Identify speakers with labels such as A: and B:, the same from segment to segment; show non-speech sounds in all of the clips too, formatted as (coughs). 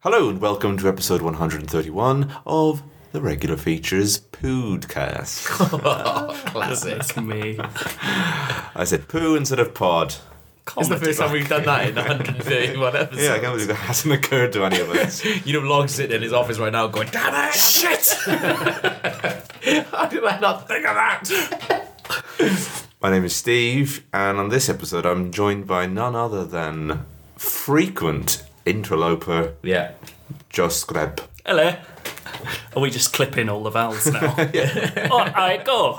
A: Hello and welcome to episode 131 of the Regular Features Podcast.
B: Classic.
C: That's me.
A: I said poo instead of pod.
B: It's the first time we've done that in 131 episodes.
A: Yeah, I can't believe that hasn't occurred to any of
C: (laughs)
A: us.
B: You know, Log's sitting in his office right now going, Damn it! Shit! (laughs) How did I not think of that?
A: My name is Steve, and on this episode, I'm joined by none other than frequent interloper
B: Yeah.
A: Just Greb.
C: Hello. Are we just clipping all the vowels
B: (laughs)
C: now? All right, go.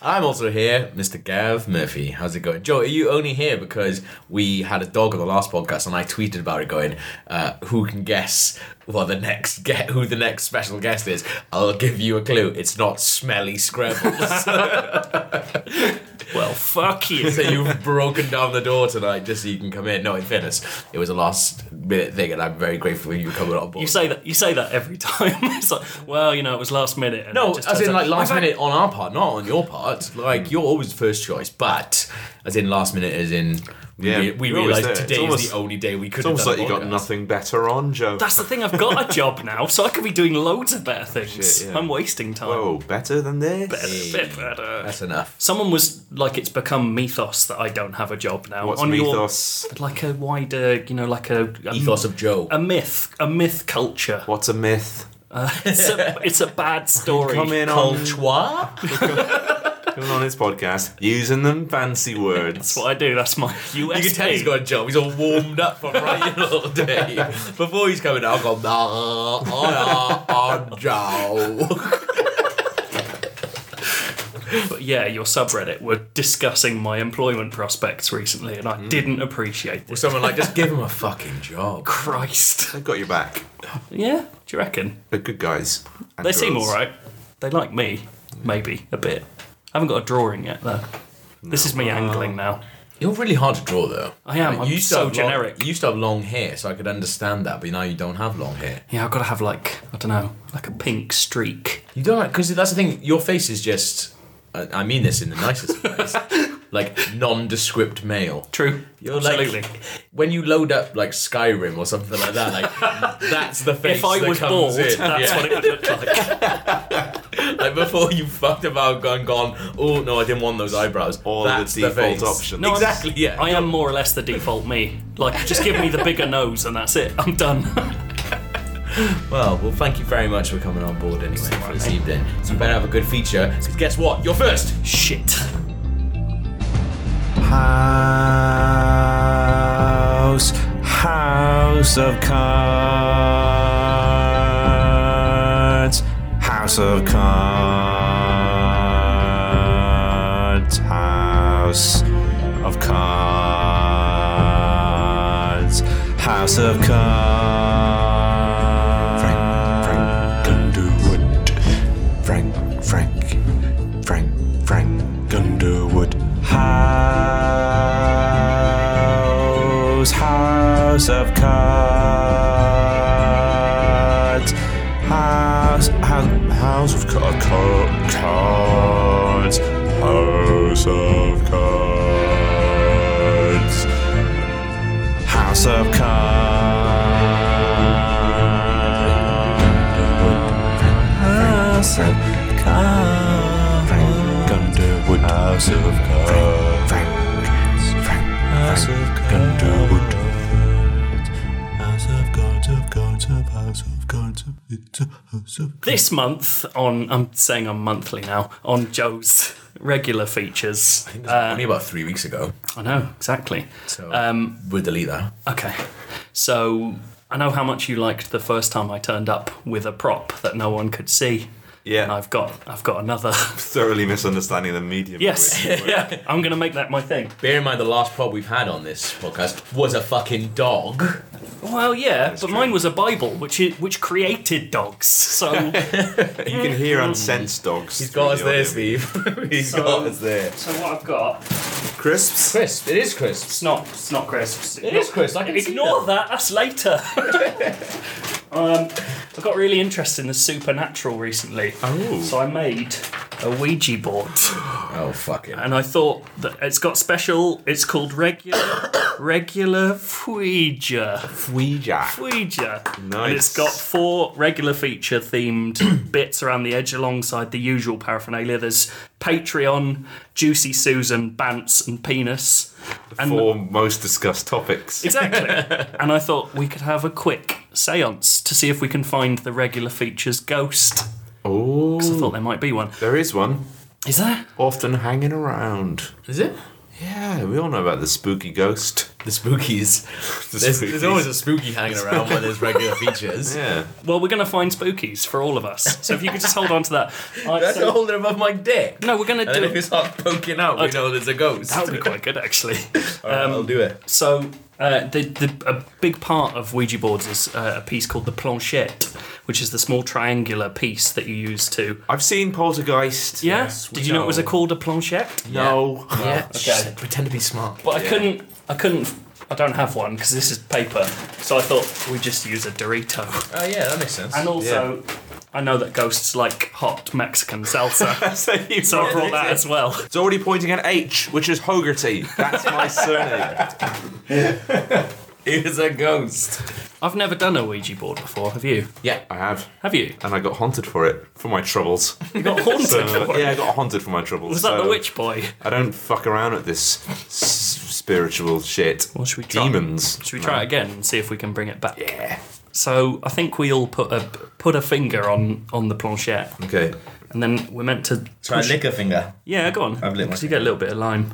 B: I'm also here, Mr. Gav Murphy. How's it going? Joe, are you only here because we had a dog on the last podcast and I tweeted about it going, uh, who can guess what the next get who the next special guest is? I'll give you a clue. It's not smelly scrabbles.
C: Well, fuck you.
B: So you've broken down the door tonight just so you can come in. No, in fairness, it was a last minute thing, and I'm very grateful you coming on board.
C: You say that. You say that every time. (laughs) It's like, well, you know, it was last minute. And
B: no,
C: it just
B: as in
C: turns out-
B: like last minute on our part, not on your part. Like you're always first choice, but as in last minute, as in we
A: Yeah,
B: re- we
A: you're always
B: realised
A: there.
B: today
A: It's almost-
B: is the only day we could.
A: It's almost
B: have
A: like
B: done
A: you
B: a
A: got
B: podcast.
A: nothing better on, Joe.
C: Oh, That's the thing. I've got a job now, so I could be doing loads of better things.
A: Shit, yeah.
C: I'm wasting time.
A: Whoa, Oh, better than this?
C: Better, bit better.
B: That's enough.
C: Someone was like, it's become mythos that I don't have a job now.
A: What's
C: On your-
A: mythos?
C: like a wider, you know, like a, a
B: Ethos of Joe.
A: Um,
C: a myth, a myth culture.
A: What's a myth?
C: It's a, it's
B: (laughs)
C: a bad story.
A: Come in on,
B: Culture.
A: (laughs) come on this podcast using them fancy words.
C: (laughs) That's what I do. That's my
B: (laughs)
C: USP.
B: You can tell he's got a job. He's all warmed up from right
A: (laughs)
B: all day. Before he's coming out, I've gone, nah, nah, I'm Joe.
C: But yeah, your subreddit were discussing my employment prospects recently, and I
B: Mm.
C: didn't appreciate
B: Or (laughs)
C: this.
B: someone like, just give him a fucking job.
C: Christ.
A: They've got your back.
C: Yeah, do you reckon?
A: They're good guys. and
C: They seem
A: girls.
C: alright. They like me, maybe, a bit. I haven't got a drawing yet, though. This is me angling now.
B: You're really hard to draw, though.
C: I am, I'm
B: used to
C: so
B: have long-
C: generic.
B: you used to have long hair, so I could understand that, but now you don't have long hair.
C: Yeah, I've got to have, like, I don't know, like a pink streak.
B: You don't, because that's the thing, your face is just, I I mean this in the nicest of
C: (laughs)
B: ways, like nondescript male.
C: True.
B: You're
C: Absolutely.
B: like when you load up like Skyrim or something like that. Like that's the face.
C: (laughs) if I
B: that
C: was
B: comes
C: bald,
B: in.
C: (laughs) that's what it would look
B: (laughs)
C: like.
B: Like before you fucked about and gone, oh no, I didn't want those eyebrows.
A: All the
B: That's
A: default
B: face.
A: options.
C: No, I'm-
B: exactly. yeah.
C: I am more or less the default me. Like, just give me the bigger nose, and that's it. I'm done. (laughs)
B: well, well, thank you very much for coming on board anyway for this evening. So you better have a good feature. 'cause guess what? You're first.
C: Shit.
D: House, House of Cards, House of Cards, House of Cards, House of Cards. Frank, Frank, Underwood. Frank, Frank, Frank, Frank Underwood. House, House of Cards. House, House, House of ca- ca- Cards. House of Cards. House of Cards. House of Cards. Frank Underwood. House of Cards. Frank. Frank. Frank. House of Underwood. House of Cards. Of Cards. Of House of Cards. Of It's a House of
C: This month on, I'm saying I'm monthly now, on Joe's regular features.
B: Only about three weeks ago.
C: I know, exactly.
B: So um, we'll delete that.
C: Okay. So I know how much you liked the first time I turned up with a prop that no one could see.
A: Yeah.
C: And I've got I've got another (laughs)
A: thoroughly misunderstanding the medium.
C: Yes.
A: in which we work.
C: (laughs) yeah. I'm gonna make that my thing.
B: Bear in mind the last prop we've had on this podcast was a fucking dog.
C: Well yeah, but mine was a Bible which i which created dogs. So
A: you can hear unsense dogs.
B: He's got us
A: through the
B: there,
A: audio.
B: Steve. (laughs) He's
C: So-
B: got us there.
C: So what I've got
A: Crisps.
B: Crisp. It is crisp.
C: it's not it's not crisps.
B: It is crisp. I can see
C: Ignore that. That's later. um, I got really interested in the supernatural recently,
A: Oh.
C: so I made a Ouija board,
B: Oh fuck it.
C: and I thought that it's got special. It's called regular (coughs) regular Fuija.
A: Ouija.
C: Fuija.
A: Nice.
C: And it's got four regular
A: (coughs)
C: feature themed bits around the edge alongside the usual paraphernalia. There's Patreon, Juicy Susan, Bants, and Penis. And
A: Four (laughs) most discussed topics.
C: Exactly. and I thought we could have a quick seance to see if we can find the regular features ghost. I
A: Oh,
C: thought there might be one.
A: there is one.
C: Is there?
A: Often hanging around.
B: Is it?
A: Yeah, we all know about the spooky ghost.
B: The spookies. (laughs)
A: The
B: There's, there's
A: spookies.
B: always a spooky hanging around when there's regular (laughs) features.
A: Yeah.
C: Well, we're going to find spookies for all of us. So if you could just hold on to
A: (laughs)
C: that. All right,
B: That's
C: so-
B: holding above my dick.
C: No, we're going to
B: And
C: do
B: then if it
C: it.
B: starts poking out, we
C: Okay.
B: know there's a ghost. (laughs)
C: That would be quite good, actually.
B: All right, I'll do it.
C: So, uh, the, the, a big part of Ouija boards is uh, a piece called the planchette, which is the small triangular piece that you use to.
A: I've seen Poltergeist.
C: Yeah?
B: Yes, we
C: Did you know it was a,
B: know.
C: called a planchette?
A: No.
B: Yeah. Oh,
C: okay.
B: (laughs) Pretend to
A: (laughs)
B: be smart.
C: But I couldn't. I couldn't. I don't have one because this is paper. So I thought we'd just use a Dorito.
B: Oh yeah, that makes sense.
C: And also, I know that ghosts like hot
B: (laughs)
C: Mexican salsa,
A: So, you
C: so I brought that as well.
A: It's already pointing at H, which is Hogarty. That's my surname.
C: (laughs)
B: It is a ghost.
C: I've never done a Ouija board before. Have you?
B: Yeah.
A: I have.
C: Have you?
A: And I got haunted for it. For my (laughs) troubles.
B: (laughs)
C: You got haunted for
A: Uh,
C: it.
A: yeah, I got haunted for my troubles.
C: Was that
A: so
C: the witch boy?
A: I don't fuck around with this s- spiritual shit.
C: Well, should we try-
A: Demons.
C: Should we try it again and see if we can bring it back?
A: Yeah.
C: So I think we all put a put a finger on on the planchette,
A: Okay.
C: and then we're meant to
B: Try
C: push-
B: and lick a finger.
C: Yeah, go on.
B: I've lit my
C: Because you get a little bit of lime,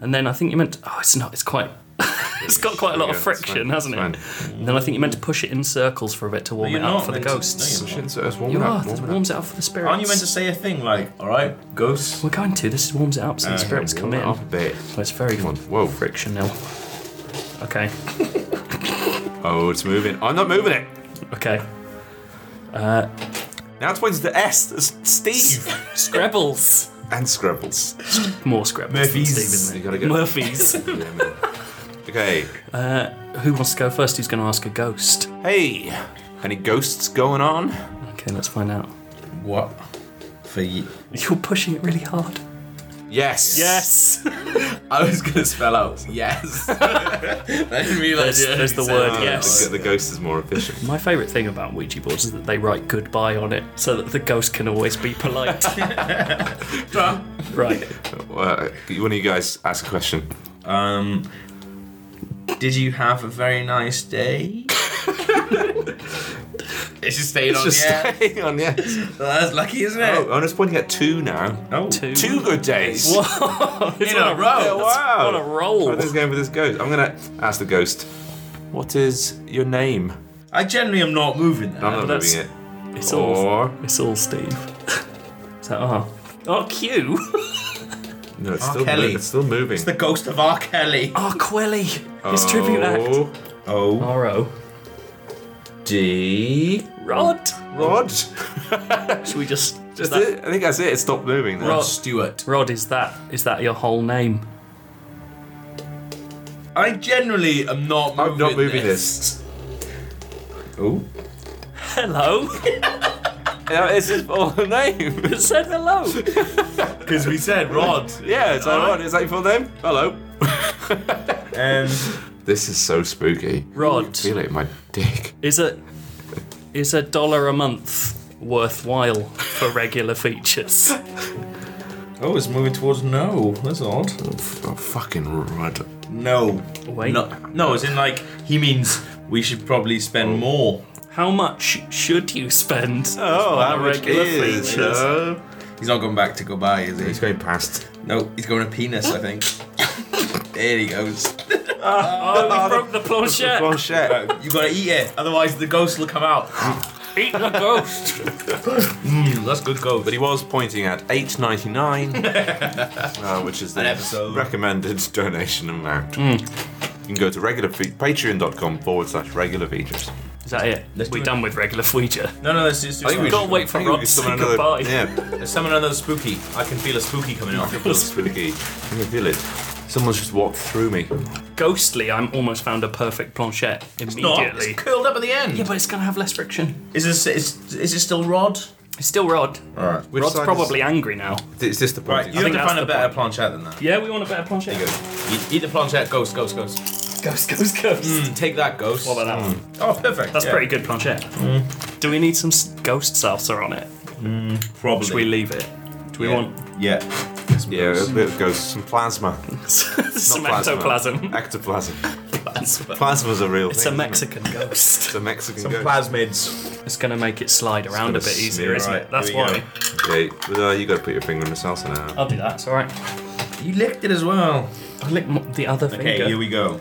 C: and then I think you meant. Oh, it's not. It's quite. (laughs) it's got quite a lot
A: Yeah,
C: of
A: it's
C: friction,
A: fine,
C: hasn't it?
A: it's
C: And then I think you meant to push it in circles for a bit to warm
B: you're
C: it up
B: not
C: for the
B: meant to-
C: ghosts.
B: no, you're
A: Shit, so it's warming
C: you
A: up.
C: are. It
A: warming up.
C: warms it up for the spirits.
B: Aren't you meant to say a thing like, "All right, ghosts"?
C: We're going to. This warms it up
B: Uh,
C: so the spirits come
A: Warming
C: in.
A: it up a bit.
C: But it's very
A: Come on. Whoa.
C: frictional. Okay.
A: Oh, it's moving. I'm not moving it.
B: (laughs)
C: Okay.
A: Now it's pointing to S. It's Steve. (laughs)
C: Scrabbles.
A: and Scrabbles.
C: More Scrabbles.
B: Murphy's.
C: Than Steve,
A: You
C: isn't
A: gotta go. (laughs)
C: it? Murphy's. Uh,
A: Yeah, man. okay.
C: Who wants to go first? Who's going to ask a ghost?
A: Hey. Any ghosts going on?
C: Okay, let's find out.
B: What? For you?
C: You're pushing it really hard.
A: Yes.
C: Yes.
B: I was gonna spell out (laughs) yes. I didn't realize
C: There's- there's the word yes.
A: The, the ghost is more efficient.
C: (laughs) My favourite thing about Ouija boards is that they write goodbye on it so that the ghost can always be polite. right.
A: Uh, one of you guys ask a question.
B: Um. Did you have a very nice day? (laughs) it's just stayed on.
A: Just
B: yeah.
A: (laughs)
B: (laughs)
A: staying on, yes.
B: That's lucky, isn't it?
A: Oh, I'm just pointing at two now.
B: Oh.
C: Two.
A: Two good days. What?
B: in a row.
A: wow.
C: What a roll.
A: What is going with this ghost? I'm gonna ask the ghost. What is your name?
B: I generally am not moving that.
A: I'm not
C: that's-
A: moving it.
C: It's all,
A: Or
C: it's all Steve. (laughs) Is that R? R Q?
A: no, it's
B: R.
A: still
B: Kelly.
A: moving. It's still moving.
B: It's the ghost of R. Kelly.
C: R Quelly. His tribute act.
A: Oh,
B: O
C: R O.
B: D.
C: Rod.
A: Rod.
C: Should we just?
A: That's
C: Is that,
A: it. I think that's it. It stopped moving. Now.
C: Rod.
B: Stewart.
C: Rod is that? Is that your whole name?
B: I generally am not moving
A: I'm not moving this.
B: Oh.
C: Hello.
A: Yeah, it's his full (laughs) name.
C: it said hello.
B: Because we said Rod.
A: yeah, it's like Rod. Is that your full name? Hello.
B: Um,
A: This is so spooky.
C: Rod.
A: Feel it, in my dick.
C: Is a is a dollar a month worthwhile for regular features?
B: oh, it's moving towards no. That's odd.
A: Oh, fucking Rod.
B: No.
C: Wait.
B: No, no, as in like he means we should probably spend more.
C: How much should you spend?
A: Oh,
C: how much is,
A: uh,
B: He's not going back to go by, is
A: He's
B: he?
A: going past.
B: No, he's going to penis, I think. (laughs) there he goes.
C: Oh, we broke the planchette.
A: Oh shit.
B: You gotta eat it, otherwise the ghost will come out.
C: Eat the ghost.
B: Mm, that's good ghost.
A: But he was pointing at
C: (laughs)
A: 8.99, uh, which is
B: An
A: the
B: episode.
A: recommended (laughs) donation amount.
C: Hmm.
A: You can go to regular fe- patreon.com forward slash regular features.
C: (laughs) Is that it?
B: Let's do
C: We're
B: it.
C: done with regular feature.
B: No, no, that's just.
A: we
C: Can't wait for
A: I think we
C: Rob to
A: could
C: say
A: summon
C: goodbye.
A: Yeah,
B: There's someone another spooky. I can feel a spooky coming off.
A: it's spooky. I can feel it. Someone's just walked through me.
C: Ghostly, I'm almost found a perfect planchette
B: Not. It's
C: immediately.
B: curled up at the end.
C: Yeah, but it's gonna have less friction.
B: Is this is, is it still Rod?
C: It's still Rod.
B: All right.
A: Which
C: Rod's
A: side
C: probably angry now.
A: Is, is this the point?
B: Right, you have
C: think
B: to
C: that's
B: find a
C: the
B: better
C: point.
B: planchette than that.
C: Yeah, we want a better planchette.
B: Eat, eat the planchette. Ghost, (laughs) ghost, ghost.
C: ghost, ghost, ghost. Hmm.
E: Take that, ghost.
C: What about that one?
E: oh, perfect.
C: That's
E: yeah.
C: pretty good planchette. Mm. Do we need some s- ghost salsa on it?
E: Probably.
C: Should we leave it? Do we
E: Yeah.
C: want
B: (laughs) Yeah.
A: Yeah, a bit of ghost, some plasma.
C: some
A: Not
C: ectoplasm?
A: Ectoplasm.
C: Plasma.
A: Plasma's a real
C: It's a
A: thing. isn't it?
C: Mexican ghost.
A: It's a Mexican
B: Some
A: ghost.
B: plasmids.
C: It's going to make it slide around a
A: gonna
C: bit
A: smear,
C: easier, isn't it?
B: right,
C: That's
B: here we
C: why.
B: go.
A: Yeah, but, uh, you gotta put your finger in the salsa now.
C: I'll do that. It's all right.
E: You licked it as well.
C: I lick m- the other
B: Okay,
C: finger.
B: here we go.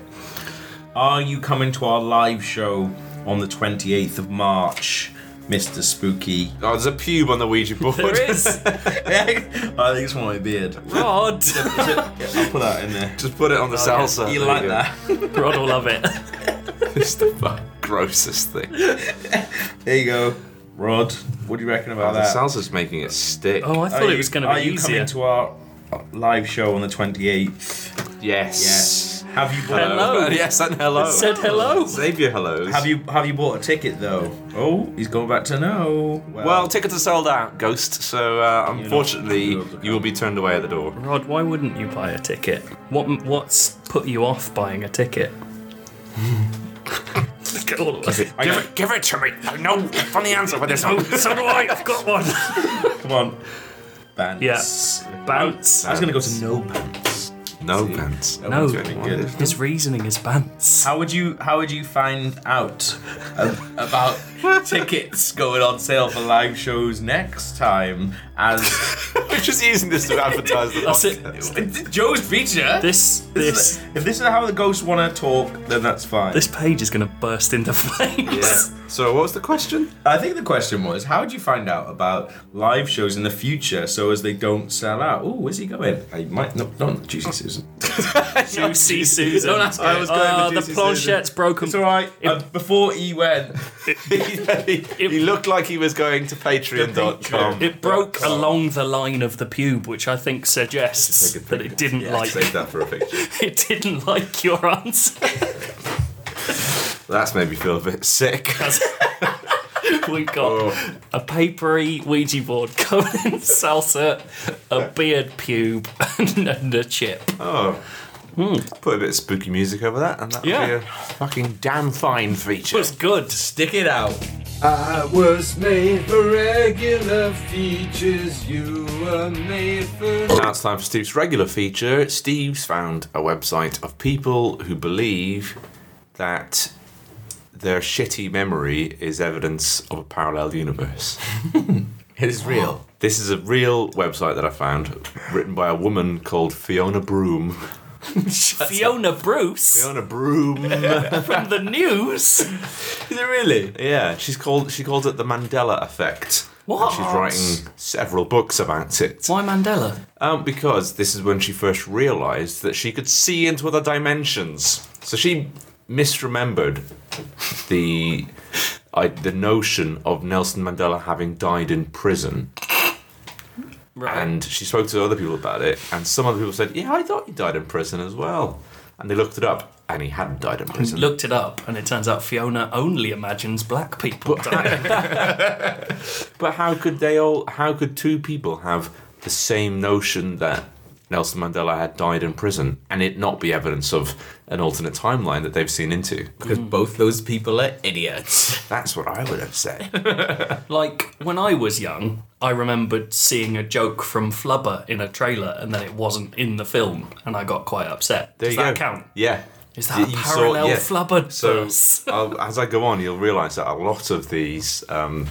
B: Are you coming to our live show on the 28th of March, Mr. Spooky? (laughs)
A: Oh, there's a pube on the Ouija board. (laughs)
C: there is
B: I think it's my beard.
C: Rod.
B: (laughs) I'll put that in there.
A: Just put it on the
C: yeah.
A: salsa.
B: You
A: There
B: like
A: go.
B: that?
C: Rod will love it.
A: It's the fucking grossest thing.
B: There you go. Rod, what do you reckon about
A: Oh, the
B: that?
A: salsa's making it stick.
C: Oh, I thought
B: Are
C: it
B: you-
C: was going to
B: Are
C: be
B: you
C: easier.
B: coming to our live show on the 28th?
A: yes. Oh,
B: Yes. Have you bought
C: Hello.
A: (laughs) yes, and hello.
C: It said hello.
A: Xavier hellos.
B: Have you have you bought a ticket though? Oh, he's going back to no.
A: Well, tickets are sold out, Ghost. So uh, unfortunately,
B: you're not-
A: you will be turned away at the door.
C: Rod, why wouldn't you buy a ticket? What what's put you off buying a ticket? (laughs) Look at all of us.
B: I know-
A: Give it to me. No funny answer for this.
C: Oh, so do I. I've got one.
B: come on. Bands.
C: Yeah. Bounce.
B: I was gonna go to no bands.
A: No pants.
C: No. Oh,
B: Good.
A: (laughs)
C: His reasoning is bounce.
B: How would you how would you find out a- about (laughs) tickets going on sale for live shows next time? As
A: We're just using this to advertise the
C: That's it.
B: Joe's feature.
C: This
B: This
C: this
B: is- if this is how the ghosts want to talk, then that's fine.
C: this page is gonna burst into (laughs) flames.
A: Yeah. So what was the question? (laughs)
B: I think the question was, how would you find out about live shows in the future so as they don't sell out? Oh, where's he going? I might not, not Juicy Susan.
C: (laughs) Juicy Susan.
B: Don't ask
A: I was going
C: Oh,
A: for
C: the
A: Juicy
C: planchette's broken.
B: It's all right. Uh, before he went,
A: Susan. he, he looked like he was going to patreon.com.
C: It broke along the line of the pube, which I think suggests
A: Take a
C: that it didn't like
A: Save that for a picture.
C: (laughs) it didn't like your answer.
A: That's made me feel a bit sick.
C: (laughs) We've got a papery Ouija board covered in salsa, a beard pube, (laughs) and a chip.
A: Oh. Put a bit of spooky music over that, and that'll
C: Yeah.
A: be a fucking damn fine feature.
C: It's good.
E: Stick it out.
F: I was made for regular features, you were made for.
A: Now it's time for Steve's regular feature. Steve's found a website of people who believe that their shitty memory is evidence of a parallel universe.
E: It is real.
A: This is a real website that I found, written by a woman called Fiona Broom. (laughs)
C: Fiona Bruce
A: Fiona Broom.
C: from the
A: (laughs)
C: news.
E: Is it really?
A: yeah, she's called. She calls it the Mandela effect.
C: What?
A: And she's writing several books about it.
C: Why Mandela?
A: Um, because this is when she first realised that she could see into other dimensions. So she misremembered the I, the notion of Nelson Mandela having died in prison,
C: Right.
A: and she spoke to other people about it, and some other people said, "Yeah, I thought he died in prison as well," and they looked it up, and he hadn't died in prison.
C: Looked it up, and it turns out Fiona only imagines
A: (laughs)
C: black people dying.
A: But how could they all? How could two people have the same notion that Nelson Mandela had died in prison, and it not be evidence of an alternate timeline that they've seen into?
E: Because
C: Hmm.
E: both those people are idiots.
A: That's what I would have
C: (laughs)
A: said.
C: like when I was young, I remembered seeing a joke from Flubber in a trailer, and then it wasn't in the film, and I got quite upset.
A: There
C: Does
A: you
C: that
A: go.
C: count?
A: Yeah.
C: Is that
A: You-
C: a
A: you saw-
C: parallel
A: yeah.
C: Flubber?
A: So
C: verse?
A: I'll, as I go on, you'll realise that a lot of these um,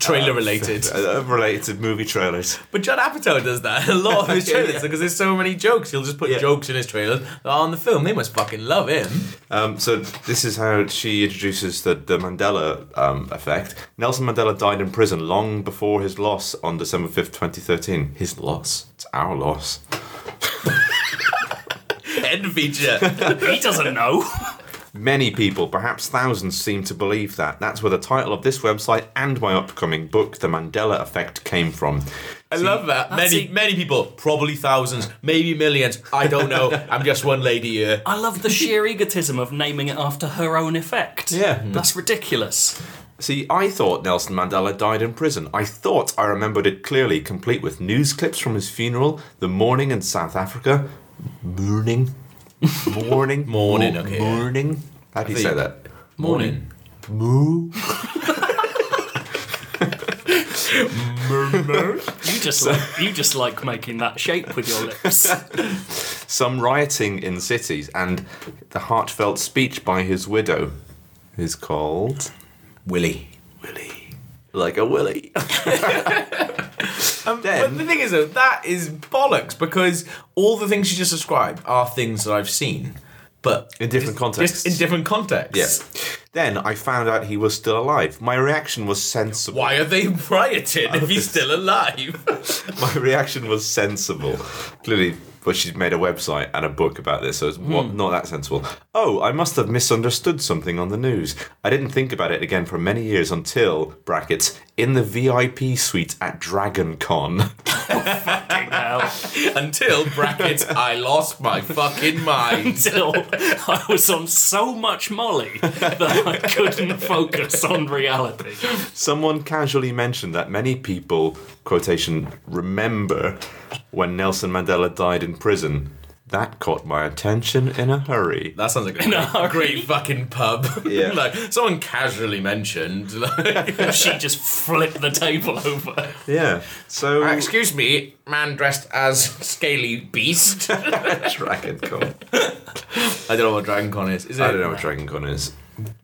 E: Trailer
A: (laughs)
E: related.
A: uh, related movie trailers.
E: But John Apatow does that in a lot of
A: (laughs)
E: his
A: Yeah,
E: trailers
A: yeah.
E: because there's so many jokes. He'll just put
A: Yeah.
E: jokes in his trailers that are on the film. They must fucking love him.
A: Um, so this is how she introduces the, the Mandela um, effect. Nelson Mandela died in prison long before his loss on December 5th, 2013. His loss? It's our loss.
E: End feature.
C: (laughs) he doesn't know.
A: Many people, perhaps thousands, seem to believe that. That's where the title of this website and my upcoming book, The Mandela Effect, came from.
E: I love that.
C: (laughs) that's
E: Many,
C: it.
E: many people, probably thousands, maybe millions. I don't know. I'm just one lady here.
C: I love the sheer
E: (laughs)
C: egotism of naming it after her own effect.
A: Yeah.
C: That's ridiculous.
A: See, I thought Nelson Mandela died in prison. I thought I remembered it clearly, complete with news clips from his funeral, the morning in South Africa. Morning? Morning.
E: (laughs) Morning,
A: Mor-
E: okay, yeah.
A: Morning. How do you say
E: think-
A: that?
C: Morning.
A: Moo.
C: You just like, you just like making that shape with
E: (laughs)
C: your lips.
A: Some rioting in cities and the heartfelt speech by his widow is called
E: Willie.
A: Willie. Like a
E: (laughs)
A: Willie. (laughs) then,
E: Um, But the thing is, though, that is bollocks because all the things you just described are things that I've seen, but
A: In different
E: just-
A: contexts.
E: Just in different contexts.
A: Yeah. Then I found out he was still alive. My reaction was sensible.
E: Why are they rioting if he's still alive?
A: (laughs) My reaction was sensible. Clearly, but she's made a website and a book about this, so it's wa-
E: Hmm.
A: not that sensible. Oh, I must have misunderstood something on the news. I didn't think about it again for many years until brackets in the VIP suite at Dragon Con. (laughs)
C: Now,
E: Until brackets, I lost my fucking mind.
C: until I was on so much Molly that I couldn't focus on reality.
A: Someone casually mentioned that many people, quotation, remember when Nelson Mandela died in prison. That caught my attention in a hurry.
E: That sounds like a great,
C: hurry.
E: great fucking pub.
A: Yeah.
E: (laughs) like someone casually mentioned. (laughs) Like,
C: She just flipped the table over.
A: Yeah. So
E: Excuse me, man dressed as scaly
A: (laughs)
E: beast. I
A: Dragon Con.
E: don't know what Dragon Con is. Is it?
A: I don't know what Dragon Con is.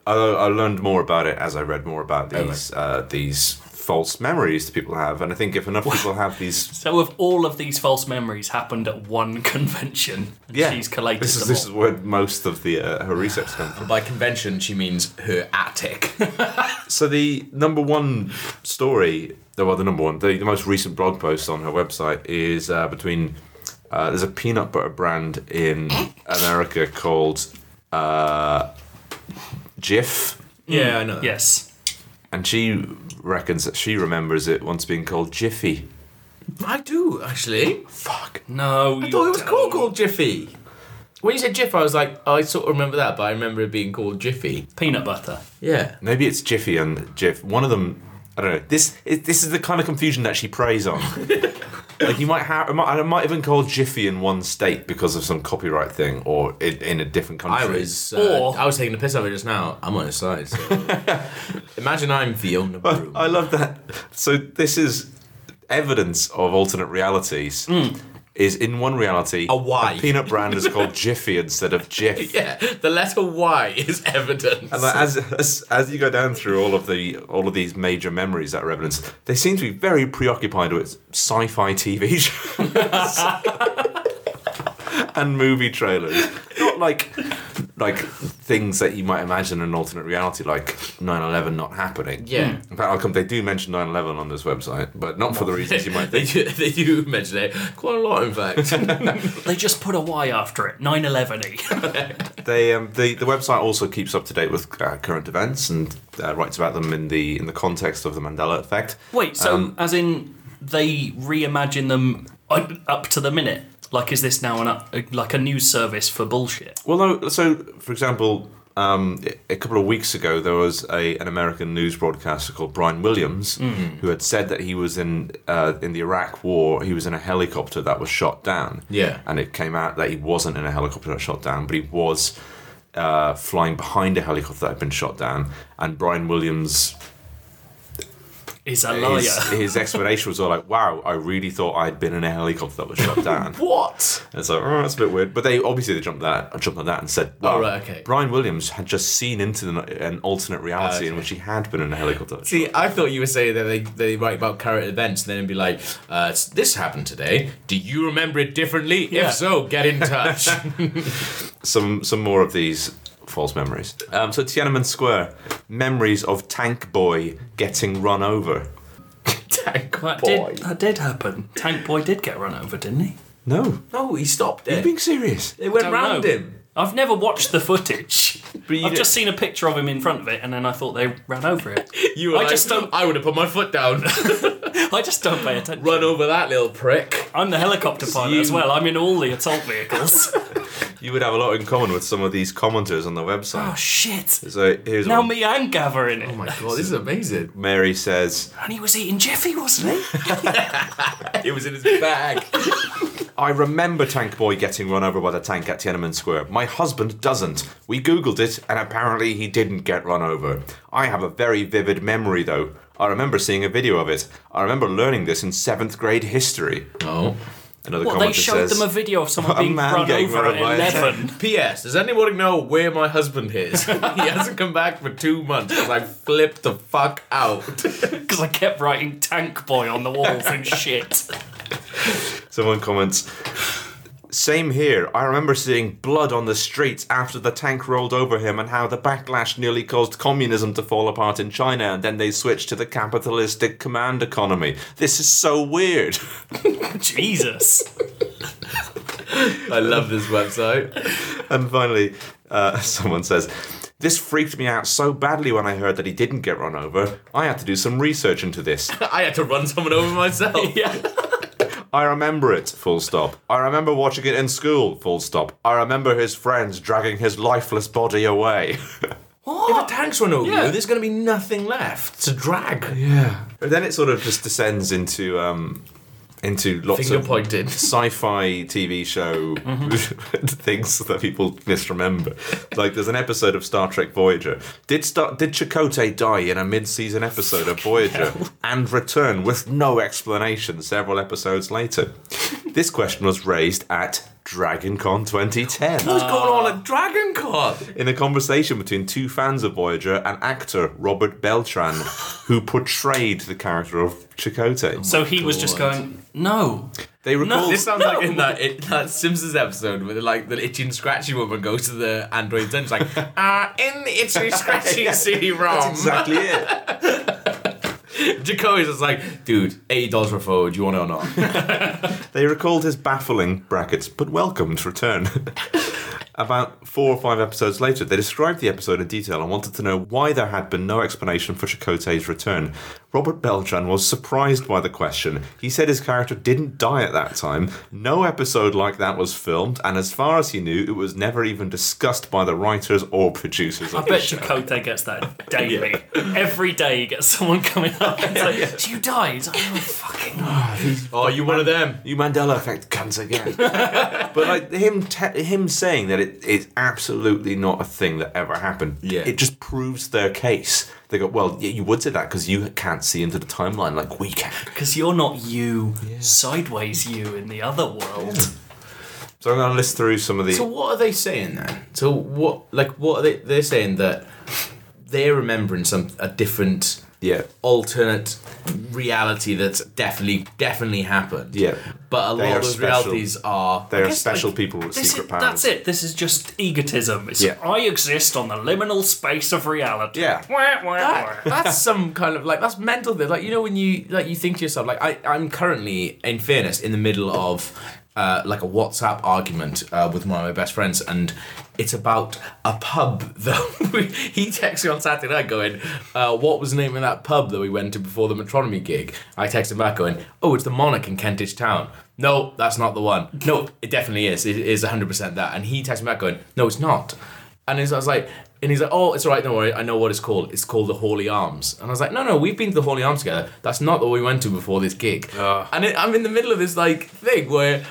A: I, I learned more about it as I read more about
C: Oh,
A: these uh, these false memories that people have, and I think if enough people have these,
C: So, if all of these false memories happened at one convention, and
A: yeah,
C: she's collated
A: This is
C: them
A: this is
C: all.
A: where most of the uh, her research comes from.
E: By convention, she means her
A: (laughs)
E: attic.
A: So the number one story, well, the number one, the, the most recent blog post on her website is uh, between. Uh, there's a peanut butter brand in America called uh, Jif.
E: yeah, I know. that.
C: Yes.
A: And she reckons that she remembers it once being called Jiffy.
E: I do actually.
A: Fuck.
C: No. uh,
E: I thought it was called called Jiffy. When you said Jiff, I was like, oh, I sort of remember that, but I remember it being called Jiffy.
C: peanut butter.
E: Yeah.
A: Maybe it's Jiffy and Jiff. One of them. I don't know. This is this is the kind of confusion that she preys
E: (laughs)
A: on. like you might have, I might, I might have been called Jiffy in one state because of some copyright thing, or in, in a different
E: I
A: country.
E: was uh,
C: Or-
E: I was taking the piss out of it just now. I'm on his side. (laughs) So. Imagine I'm Fiona Broom.
A: I love that. So this is evidence of alternate realities. Is in one reality
E: Hmm. A Y.
A: peanut brand is
E: (laughs)
A: called Jiffy instead of Jiff.
E: (laughs) Yeah, the letter Y is evidence.
A: And like, as, as as you go down through all of the all of these major memories that are evidence, they seem to be very preoccupied with sci-fi TV (laughs) shows and movie trailers, not like like things that you might imagine in alternate reality, like 9/11 not happening.
C: Hmm.
E: Yeah.
A: In fact, I'll come. They do mention 9/11 on this website, but not for the reasons you
E: (laughs)
A: might
E: they
A: think.
E: do, they do mention it quite a lot, in fact. (laughs)
C: They just put a Y after it. 911
A: They um, the the website also keeps up to date with uh, current events and uh, writes about them in the in the context of the Mandela effect.
C: Wait, so
E: Um,
C: as in they reimagine them un- up to the minute? Like, is this now an up, like a news service for bullshit?
A: Well, no. So, for example, um, a couple of weeks ago, there was a, an American news broadcaster called Brian Williams who had said that he was in uh, in the Iraq War. He was in a helicopter that was shot down.
E: Yeah.
A: and it came out that he wasn't in a helicopter that shot down, but he was uh, flying behind a helicopter that had been shot down. And Brian Williams,
C: Is a liar.
A: his, his explanation was all like, "Wow, I really thought I'd been in a helicopter that was shot down."
E: what?
A: And it's like, oh, that's a bit weird. But they obviously they jumped that, jumped on that, and said, well,
E: Oh, right, okay.
A: Brian Williams had just seen into the, an alternate reality in
E: okay.
A: which he had been in a helicopter.
E: See, I thought you were saying that they, they write about current events and then it'd be like, uh, s- this happened today. Do you remember it differently?
C: Yeah.
E: If so, get
C: (laughs)
E: in touch. (laughs)
A: some some more of these false memories. Um, so Tiananmen Square, memories of Tank Boy getting run over.
E: Tank
C: that,
E: boy.
C: Did, that did happen. Tank Boy did get run over, didn't he?
A: No,
E: No, he stopped
A: are you
E: it.
A: being serious?
E: They went
C: Don't
E: round
C: know.
E: him.
C: I've never watched the footage.
A: you
C: I've
A: did-
C: just seen a picture of him in front of it, and then I thought they ran over it.
E: (laughs) You were
C: I
E: like,
C: just don't.
E: I would have put my foot down. (laughs)
C: I just don't pay attention.
E: Run over that little prick.
C: I'm the helicopter pilot
E: you.
C: as well. I'm in all the assault
E: (laughs)
C: vehicles.
A: You would have a lot in common with some of these commenters on the
C: oh
A: website.
C: shit!
A: so here's
C: Now
A: one.
C: me and Gav are in it.
E: Oh my god, this is amazing.
A: Mary says,
C: and he was eating Jeffy, wasn't he?
E: It was in his bag.
A: I remember Tank Boy getting run over by the tank at Tiananmen Square. My husband doesn't. We googled it, and apparently he didn't get run over. I have a very vivid memory, though. I remember seeing a video of it. I remember learning this in seventh grade history.
E: Oh.
A: Another
C: Well,
A: comment
C: they
A: that
C: showed
A: says,
C: them a video of someone
A: A
C: being
A: man
C: run
A: getting
C: over
A: run
C: at
A: over by a tank. (laughs)
C: 11.
E: P.S. Does anybody know where my husband is? he hasn't come back for two months because I flipped the fuck out.
C: Because I kept writing Tank Boy on the
A: (laughs)
C: walls and shit.
A: Someone comments, same here. I remember seeing blood on the streets after the tank rolled over him and how the backlash nearly caused communism to fall apart in China and then they switched to the capitalistic command economy. This is so weird.
C: Jesus.
E: I love this website.
A: And finally, uh, (laughs) someone says, This freaked me out so badly when I heard that he didn't get run over. I had to do some research into this.
E: I had to run someone over myself.
C: Yeah.
A: I remember it, full stop. I remember watching it in school, full stop. I remember his friends dragging his lifeless body away. (laughs)
E: If a tank's run over
C: Yeah.
E: you, there's going to be nothing left to drag.
A: But then it sort of just descends into um, into lots
E: Finger
A: of (laughs)
E: pointed.
A: sci-fi TV show (laughs) things that people misremember. Like there's an episode of Star Trek Voyager. Did Star- did Chakotay die in a mid-season episode of Voyager and return with no explanation several episodes later? this question was raised at DragonCon 2010
E: (gasps) What's going on at Dragon Con?
A: in a conversation between two fans of Voyager and actor Robert Beltran, who portrayed the character of Chakotay.
C: So he was just
E: God.
C: going, no.
A: They recalled
E: This sounds like in that it, that Simpsons episode where like the itchy and scratchy woman goes to the android dungeon, like uh, in the itchy scratchy CD ROM.
A: exactly it.
E: (laughs) Jacoby's just like, dude, eighty dollars for a photo. Do you want it or not?
A: They recalled his baffling brackets, but welcomed return. (laughs) About four or five episodes later, they described the episode in detail and wanted to know why there had been no explanation for Chakotay's return. Robert Beltran was surprised by the question. He said his character didn't die at that time, no episode like that was filmed, and as far as he knew, it was never even discussed by the writers or producers
C: I
A: of the
C: bet
A: show.
C: Chakotay gets that daily. Every day you get someone coming up and say, "Do you die?" He's like, "Oh, fucking
E: oh, you one of them?
A: You Mandela effect comes again. (laughs) but like him, te- him saying that it is absolutely not a thing that ever happened.
E: Yeah.
A: it just proves their case. They go, well, yeah, you would say that because you can't see into the timeline like we can.
C: Because you're not you, sideways you in the other world.
A: So I'm going to list through some of the.
E: So what are they saying then? So what, like, what are they? They're saying that they're remembering some a different,
A: Yeah.
E: alternate reality that's definitely, definitely happened.
A: Yeah.
E: But a
A: They
E: lot
A: are
E: of those
A: special.
E: realities are
A: they are
C: guess,
A: special
C: like,
A: people with
C: This
A: secret
C: is,
A: powers.
C: That's it. This is just egotism. It's
A: Yeah.
C: I exist on the liminal space of reality.
A: Yeah. Ah.
C: Wah, wah,
E: that,
C: wah.
E: (laughs) that's some kind of like that's mental thing. Like you know when you like you think to yourself like I I'm currently in fairness in the middle of. Uh, like a WhatsApp argument uh, with one of my best friends, and it's about a pub (laughs) that we, he texts me on Saturday night going, uh, What was the name of that pub that we went to before the Metronomy gig? I text him back going, Oh, it's the Monarch in Kentish Town. No, that's not the one. No, it definitely is. It is 100% that. And he texts me back going, No, it's not. And he's, I was like, and he's like, oh, it's all right, don't worry. I know what it's called. It's called the Hawley Arms. And I was like, no, no, we've been to the Hawley Arms together. That's not what we went to before this gig.
A: Ah.
E: And it, I'm in the middle of this like thing where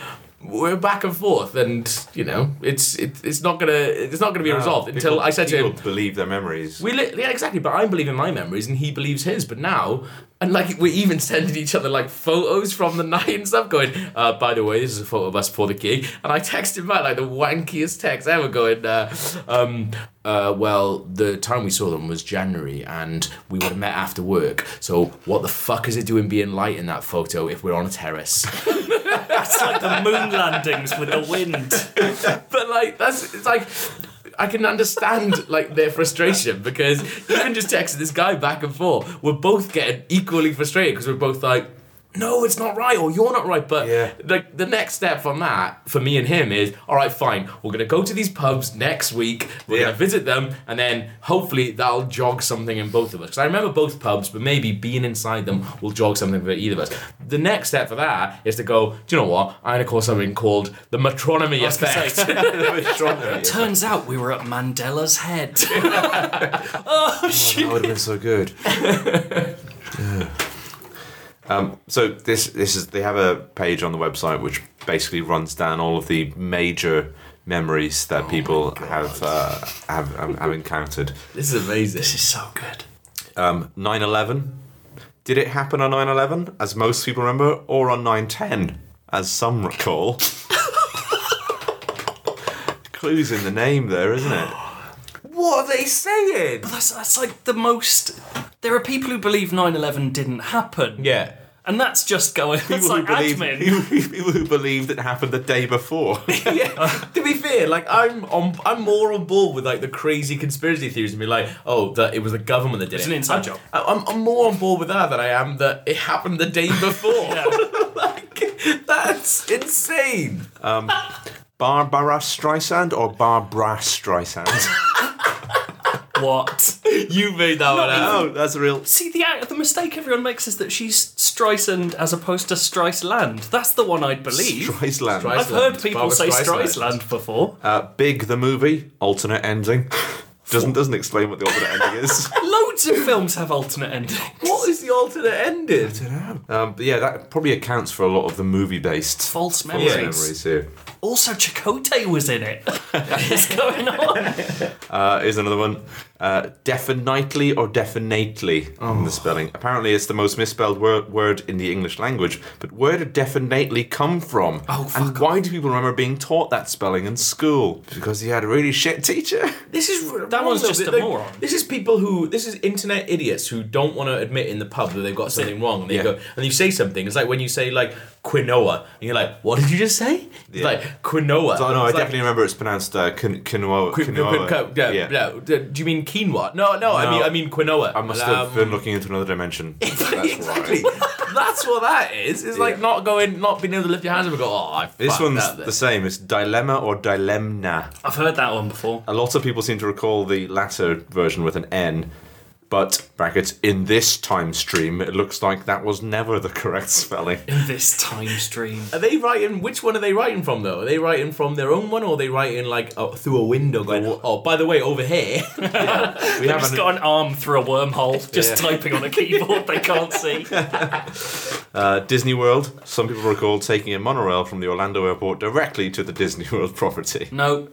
E: we're back and forth, and you know, it's it, it's not gonna it's not gonna be resolved until
A: People-
E: I said to him,
A: people believe their memories.
E: we li- yeah, exactly. But I believe in my memories, and he believes his. But now, and like we're even sending each other like photos from the (laughs) night and stuff. Going, uh, by the way, this is a photo of us before the gig. And I text him back like the wankiest text ever. Going, uh, um, uh, well, the time we saw them was January, and we would have met after work. So what the fuck is it doing being light in that photo if we're on a terrace?
C: It's like the moon landings with the wind.
E: But like that's it's like I can understand like their frustration because even just texting this guy back and forth, we're both getting equally frustrated because we're both like, no, it's not right, or you're not right. But
A: Yeah.
E: like the next step from that for me and him is, all right, fine, we're gonna go to these pubs next week. We're
A: Yeah.
E: gonna visit them, and then hopefully that'll jog something in both of us. Because I remember both pubs, but maybe being inside them will jog something for either of us. The next step for that is to go. Do you know what? I'm gonna call something called the metronomy
C: was gonna
E: effect.
C: say, (laughs)
A: that
C: Turns out we were at Mandela's head. oh shit!
A: would have been so good. Yeah. Um, so this this is they have a page on the website which basically runs down all of the major memories that people have, uh, have have have encountered.
E: (laughs) This is amazing.
C: This is so good.
A: 9 11. Did it happen on 9 11, as most people remember, or on 9 10, as some recall? Clues in the name there, isn't it? What are they saying?
C: That's, that's like the most. There are people who believe 9 11 didn't happen.
E: yeah.
C: And that's just going. That's like
A: believe,
C: Oh, admin. (laughs)
A: People, people who believed it happened the day before.
E: yeah. To be fair, like I'm on, I'm more on board with like the crazy conspiracy theories and be like, oh, that it was the government that did it.
C: an inside
E: I'm,
C: job.
E: I'm, I'm more on board with that than I am that it happened the day before. (laughs) like, that's insane.
A: Barbara Streisand or Barbara Streisand?
C: What?
E: You made that one
A: (laughs)
E: out.
A: oh, that's a real.
C: See, the the mistake everyone makes is that she's Streisand as opposed to Streisland. That's the one I'd believe.
A: E. Streisand.
E: Streisand.
C: I've heard people
E: Barbra
C: say
E: Streisand.
C: Streisland, before.
A: Uh, Big the movie, alternate ending. doesn't doesn't explain what the alternate ending (laughs) is.
C: Loads of films have alternate endings.
E: What is the alternate ending?
A: Um, but yeah, that probably accounts for a lot of the movie-based
C: False
A: false
C: memories.
A: memories here.
C: Also, Chakotay was in it. (laughs) What's going on?
A: Uh, here's another one: uh, definitely or definitely in the spelling. Apparently, it's the most misspelled word, word in the English language. But where did definitely come from?
C: Oh, fuck
A: and why do people remember being taught that spelling in school? Because he had a really shit teacher. (laughs)
E: This is r-
C: That
E: wrong,
C: one's
E: though,
C: just
E: that,
C: a
E: like,
C: moron.
E: This is people who this is internet idiots who don't want to admit in the pub that they've got something wrong, and they
A: Yeah.
E: go and you say something. It's like when you say like quinoa, and you're like, "What did you just say?" It's
A: Yeah.
E: like quinoa.
A: Oh no, I
E: It's like,
A: definitely remember it's pronounced uh, quin- quinoa.
E: Qui- qui-
A: quinoa.
E: qui- yeah, yeah. Do you mean quinoa? No, no, I
A: No.
E: mean I mean quinoa. Um,
A: I must have been looking into another dimension. That's why.
E: exactly. (laughs) That's what that is. It's like
A: Yeah.
E: not going, not being able to lift your hands up and go, "Oh, I
A: This
E: fucked
A: one's
E: that
A: the
E: then."
A: same. It's dilemma or dilemna.
C: I've heard that one before.
A: A lot of people seem to recall the latter version with an N, but brackets in this time stream, it looks like that was never the correct spelling.
C: This time stream.
E: Are they writing? Which one are they writing from though? Are they writing from their own one, or are they writing like uh, through a window? Going, oh, by the way, over here. (laughs)
A: We
C: I've
A: have
C: just
A: an,
C: got an arm through a wormhole, just typing on a keyboard they can't
E: (laughs)
C: see.
A: uh, Disney World. Some people recall taking a monorail from the Orlando airport directly to the Disney (laughs) World property.
C: No.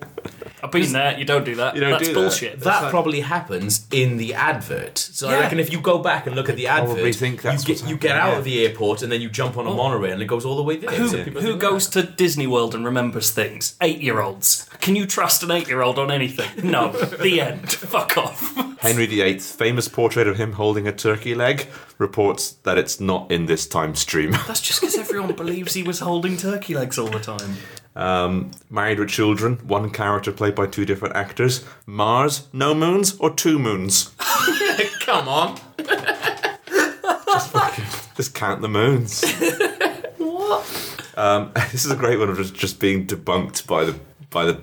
C: I've been there, you don't do that.
A: You don't
C: That's
A: do that.
C: bullshit.
E: that probably happens in the advert. So I
C: Yeah.
E: reckon if you go back and look at the
A: probably
E: advert,
A: think that's
E: you
A: what's
E: get you get
A: happening,
E: out
A: yeah.
E: of the airport and then you jump on a monorail and it goes all the way there.
C: Who,
E: So people
C: who
E: think,
C: goes to Disney World and remembers things? Eight year olds. Can you trust an eight year old on anything?
E: (laughs)
C: No. the end. Fuck off.
A: Henry VIII, famous portrait of him holding a turkey leg, reports that it's not in this time stream. (laughs)
C: That's just because everyone believes he was holding turkey legs all the time.
A: Married with children, one character played by two different actors. Mars, no moons, or two moons?
E: Come on.
A: Just count the moons. what? Um, (laughs) this is a great one of just, just being debunked by the by the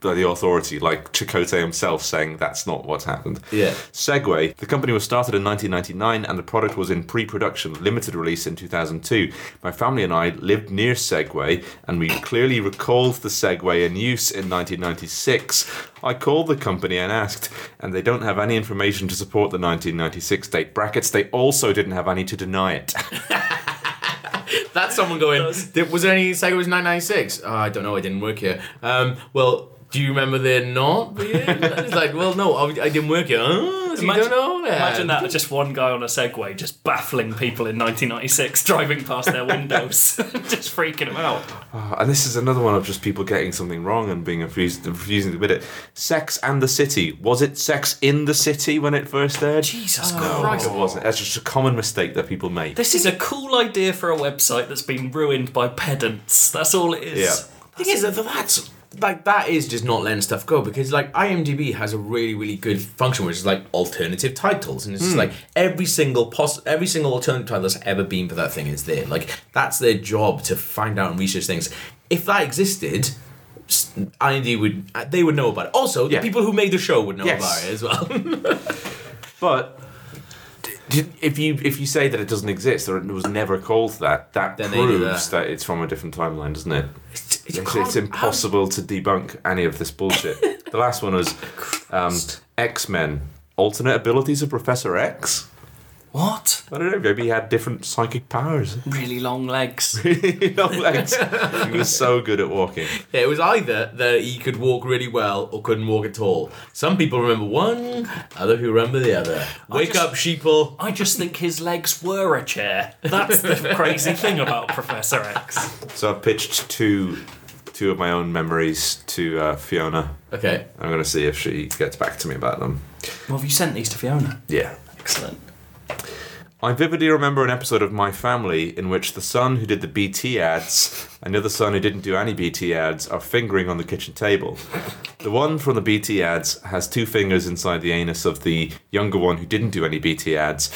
A: by the authority, like Chakotay himself saying that's not what's happened.
E: Yeah.
A: Segway. The company was started in 1999, and the product was in pre-production, limited release in 2002. My family and I lived near Segway, and we clearly recalled the Segway in use in 1996. I called the company and asked, and they don't have any information to support the 1996 date. Brackets. They also didn't have any to deny it.
E: That's someone going. "Did- Was there any Sega was nine ninety six? Oh, I don't know. I didn't work here. Um, well. Do you remember the not? It's like, well, no, I, I didn't work here. Oh, so you
C: Imagine-
E: don't know that.
C: Imagine that, just one guy on a Segway just baffling people in 1996, driving past
E: (laughs)
C: their windows, (laughs) just freaking them out.
A: And this is another one of just people getting something wrong and being refused, refusing to admit it. Sex and the City. Was it Sex in the City when it first aired?
C: Jesus
A: no,
E: Oh,
C: Christ.
A: it wasn't. That's just a common mistake that people make.
C: This is a cool idea for a website that's been ruined by pedants. That's all it is.
A: Yeah.
E: thing is that that's like that is just not letting stuff go because like IMDb has a really really good function which is like alternative titles and it's
A: Hmm.
E: just like every single poss- every single alternative title that's ever been for that thing is there like that's their job to find out and research things if that existed s- IMDb would uh, they would know about it also
A: Yeah.
E: the people who made the show would know
A: Yes.
E: about it as
A: (laughs)
E: well
A: But d- d- if you if you say that it doesn't exist or it was never called that, that
E: Then they do
A: proves that. it's from a different timeline, doesn't it?
E: you
A: It's,
E: can't-
A: it's impossible to debunk any of this bullshit.
C: (laughs)
A: the last one was um, X Men. Alternate abilities of Professor X.
C: What?
A: I don't know. Maybe he had different psychic powers.
C: Really long legs.
A: (laughs) You know, like, he was so good at walking.
E: Yeah, it was either that he could walk really well or couldn't walk at all. Some people remember one, other people remember the other. Wake
C: just-
E: up, sheeple.
C: I just think his legs were a chair. That's the crazy thing about Professor X.
A: So I pitched two, two of my own memories to uh, Fiona.
E: Okay.
A: I'm going to see if she gets back to me about them.
C: Well, have you sent these to Fiona?
A: Yeah.
C: Excellent.
A: I vividly remember an episode of My Family in which the son who did the BT ads and the other son who didn't do any BT ads are fingering on the kitchen table. The one from the BT ads has two fingers inside the anus of the younger one who didn't do any BT ads.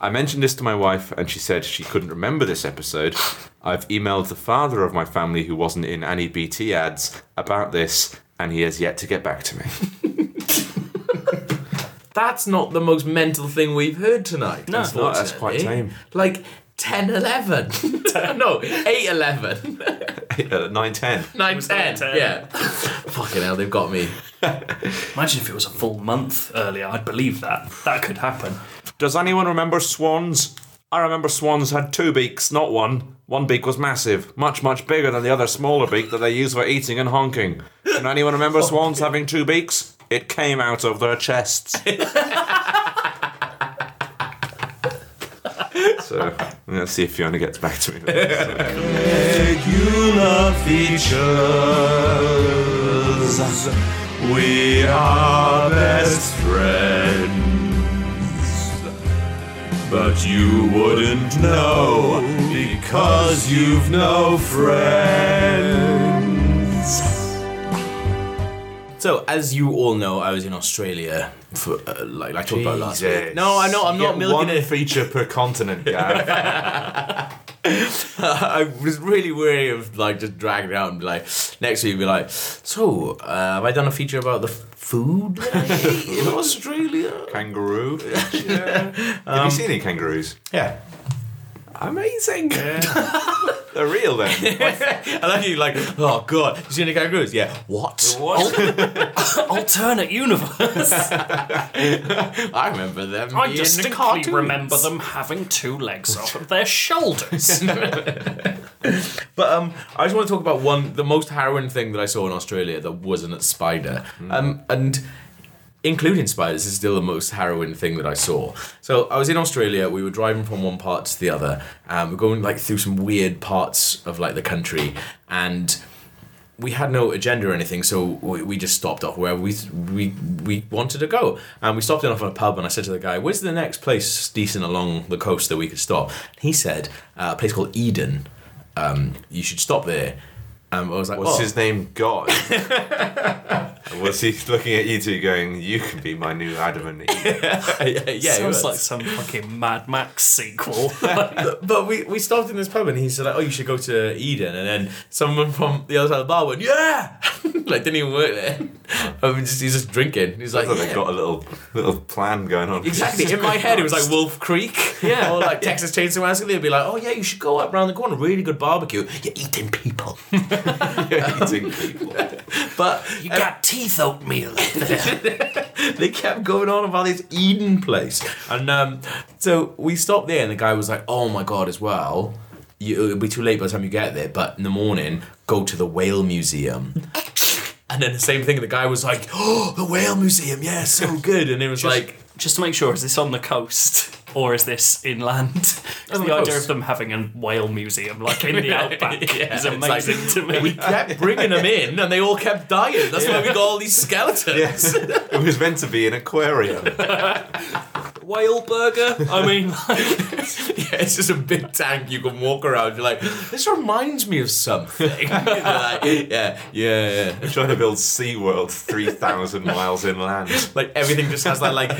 A: I mentioned this to my wife and she said she couldn't remember this episode. I've emailed the father of my family who wasn't in any BT ads about this and he has yet to get back to me. (laughs)
E: That's not the most mental thing we've heard tonight. No,
A: it's not. That's quite tame.
E: Like 10 11. (laughs) no, 8 11.
A: Uh, 910.
E: 9
C: was
E: 10.
C: 9, 10.
E: Yeah. Fucking hell, they've got me.
C: Imagine if it was a full month earlier. I'd believe that. That could happen.
A: Does anyone remember swans? I remember swans had two beaks, not one. One beak was massive, much, much bigger than the other smaller beak that they use for eating and honking. Can anyone remember (laughs) swans having two beaks? It came out of their (laughs) chests. so, let's see if Fiona gets back to me.
B: Regular features. We are best friends. But you wouldn't know because you've no friends.
E: So, as you all know, I was in Australia for, uh, like, like I talked about last
A: Jesus.
E: week. No, I know, I'm
A: You
E: not
A: get
E: milking
A: one
E: it.
A: feature per continent, guy.
E: I was really wary of like just dragging it out and be like next week be like, so uh, have I done a feature about the f- food that I ate
C: (laughs)
E: in Australia?
A: (laughs) (laughs) Kangaroo. Have you seen any kangaroos?
E: Yeah.
A: Amazing. (laughs) They're real then.
E: I like you like, oh god, you seen any kangaroos? Yeah. What?
C: Alternate universe.
E: (laughs) I remember them.
C: I
E: being
C: distinctly
E: cartoons.
C: remember them having two legs off of their
E: (laughs)
C: shoulders.
E: But um, I just want to talk about one, the most harrowing thing that I saw in Australia that wasn't a spider.
C: Hmm.
E: Um, and including spiders is still the most harrowing thing that I saw. So I was in Australia. We were driving from one part to the other. Um, we're going like through some weird parts of like the country, and we had no agenda or anything, so we, we just stopped off wherever we we we wanted to go, and we stopped in off at a pub. And I said to the guy, "Where's the next place decent along the coast that we could stop?" He said, uh, "A place called Eden. Um, you should stop there." Um, I was like,
A: What's
E: "Oh." (laughs)
A: his name? God. was he looking at you two going, You can be my new Adam and Eve?
E: yeah, yeah, it
C: Sounds
E: was.
C: like some fucking Mad Max sequel. (laughs)
E: But we, we stopped in this pub and he said, like, Oh, you should go to Eden. And then someone from the other side of the bar went, Yeah! (laughs) like, didn't even
A: (laughs)
E: work there. I mean, just, he's just drinking. He's
A: I
E: like,
A: thought they
E: "Yeah."
A: got a little little plan going on.
E: Exactly. In my head, it was like
A: (laughs)
E: Wolf Creek.
C: Yeah.
E: Or like Texas Chainsaw Massacre. They'd be like, Oh, yeah, you should go up round the corner. Really good barbecue. You're
A: (laughs)
E: eating people.
A: Eating people.
E: (laughs) But
C: you got teeth oatmeal.
E: (laughs) they kept going on about this Eden place. And um, so we stopped there, and the guy was like, "Oh my god!" As well, you, it'll be too late by the time you get there. But in the morning, go to the whale museum. (laughs) and then the same thing. The guy was like, "Oh, the whale museum, yeah, so good." And it was like.
C: Just to make sure, is this on the coast or is this
E: (laughs)
C: inland? the
E: On the
C: idea
E: coast.
C: of them having a whale museum,
E: (laughs)
C: like in the outback,
E: Yeah,
C: is
E: it's like-
C: amazing to me.
E: We kept bringing them in, and they all kept dying. That's why we got all these skeletons.
A: Yes. It was meant to be an aquarium.
C: whale burger. (laughs) I mean, like,
E: Yeah, it's just a big tank you can walk around. You're like, this reminds me of something. (laughs) You're like, yeah, yeah, yeah.
A: trying to build SeaWorld 3,000 miles inland.
E: Like everything just has that like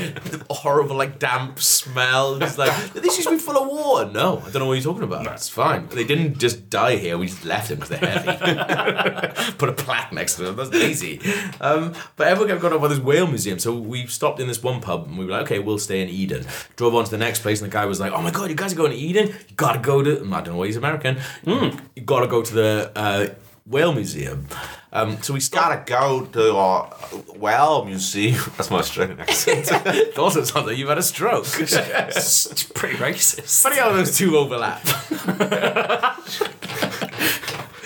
E: horrible like damp smell. It's like this used to be full of water. No, I don't know what you're talking about. That's fine. They didn't just die here. We just left them because they're heavy. Put a plaque next to them. That's easy. Um, but everyone kept going on about this whale museum. So we stopped in this one pub and we were like, okay, we'll stay in Eden. Drove on to the next place and the guy was like, oh my god, you guys are going to Eden. You gotta go to. I don't know why he's American. You gotta go to the. Uh, Whale Museum. Um, so we
G: Gotta
E: start.
G: go to our well museum. That's my Australian accent.
E: It also sounds like you've had a stroke. (laughs)
C: It's pretty racist.
E: Funny how those two overlap.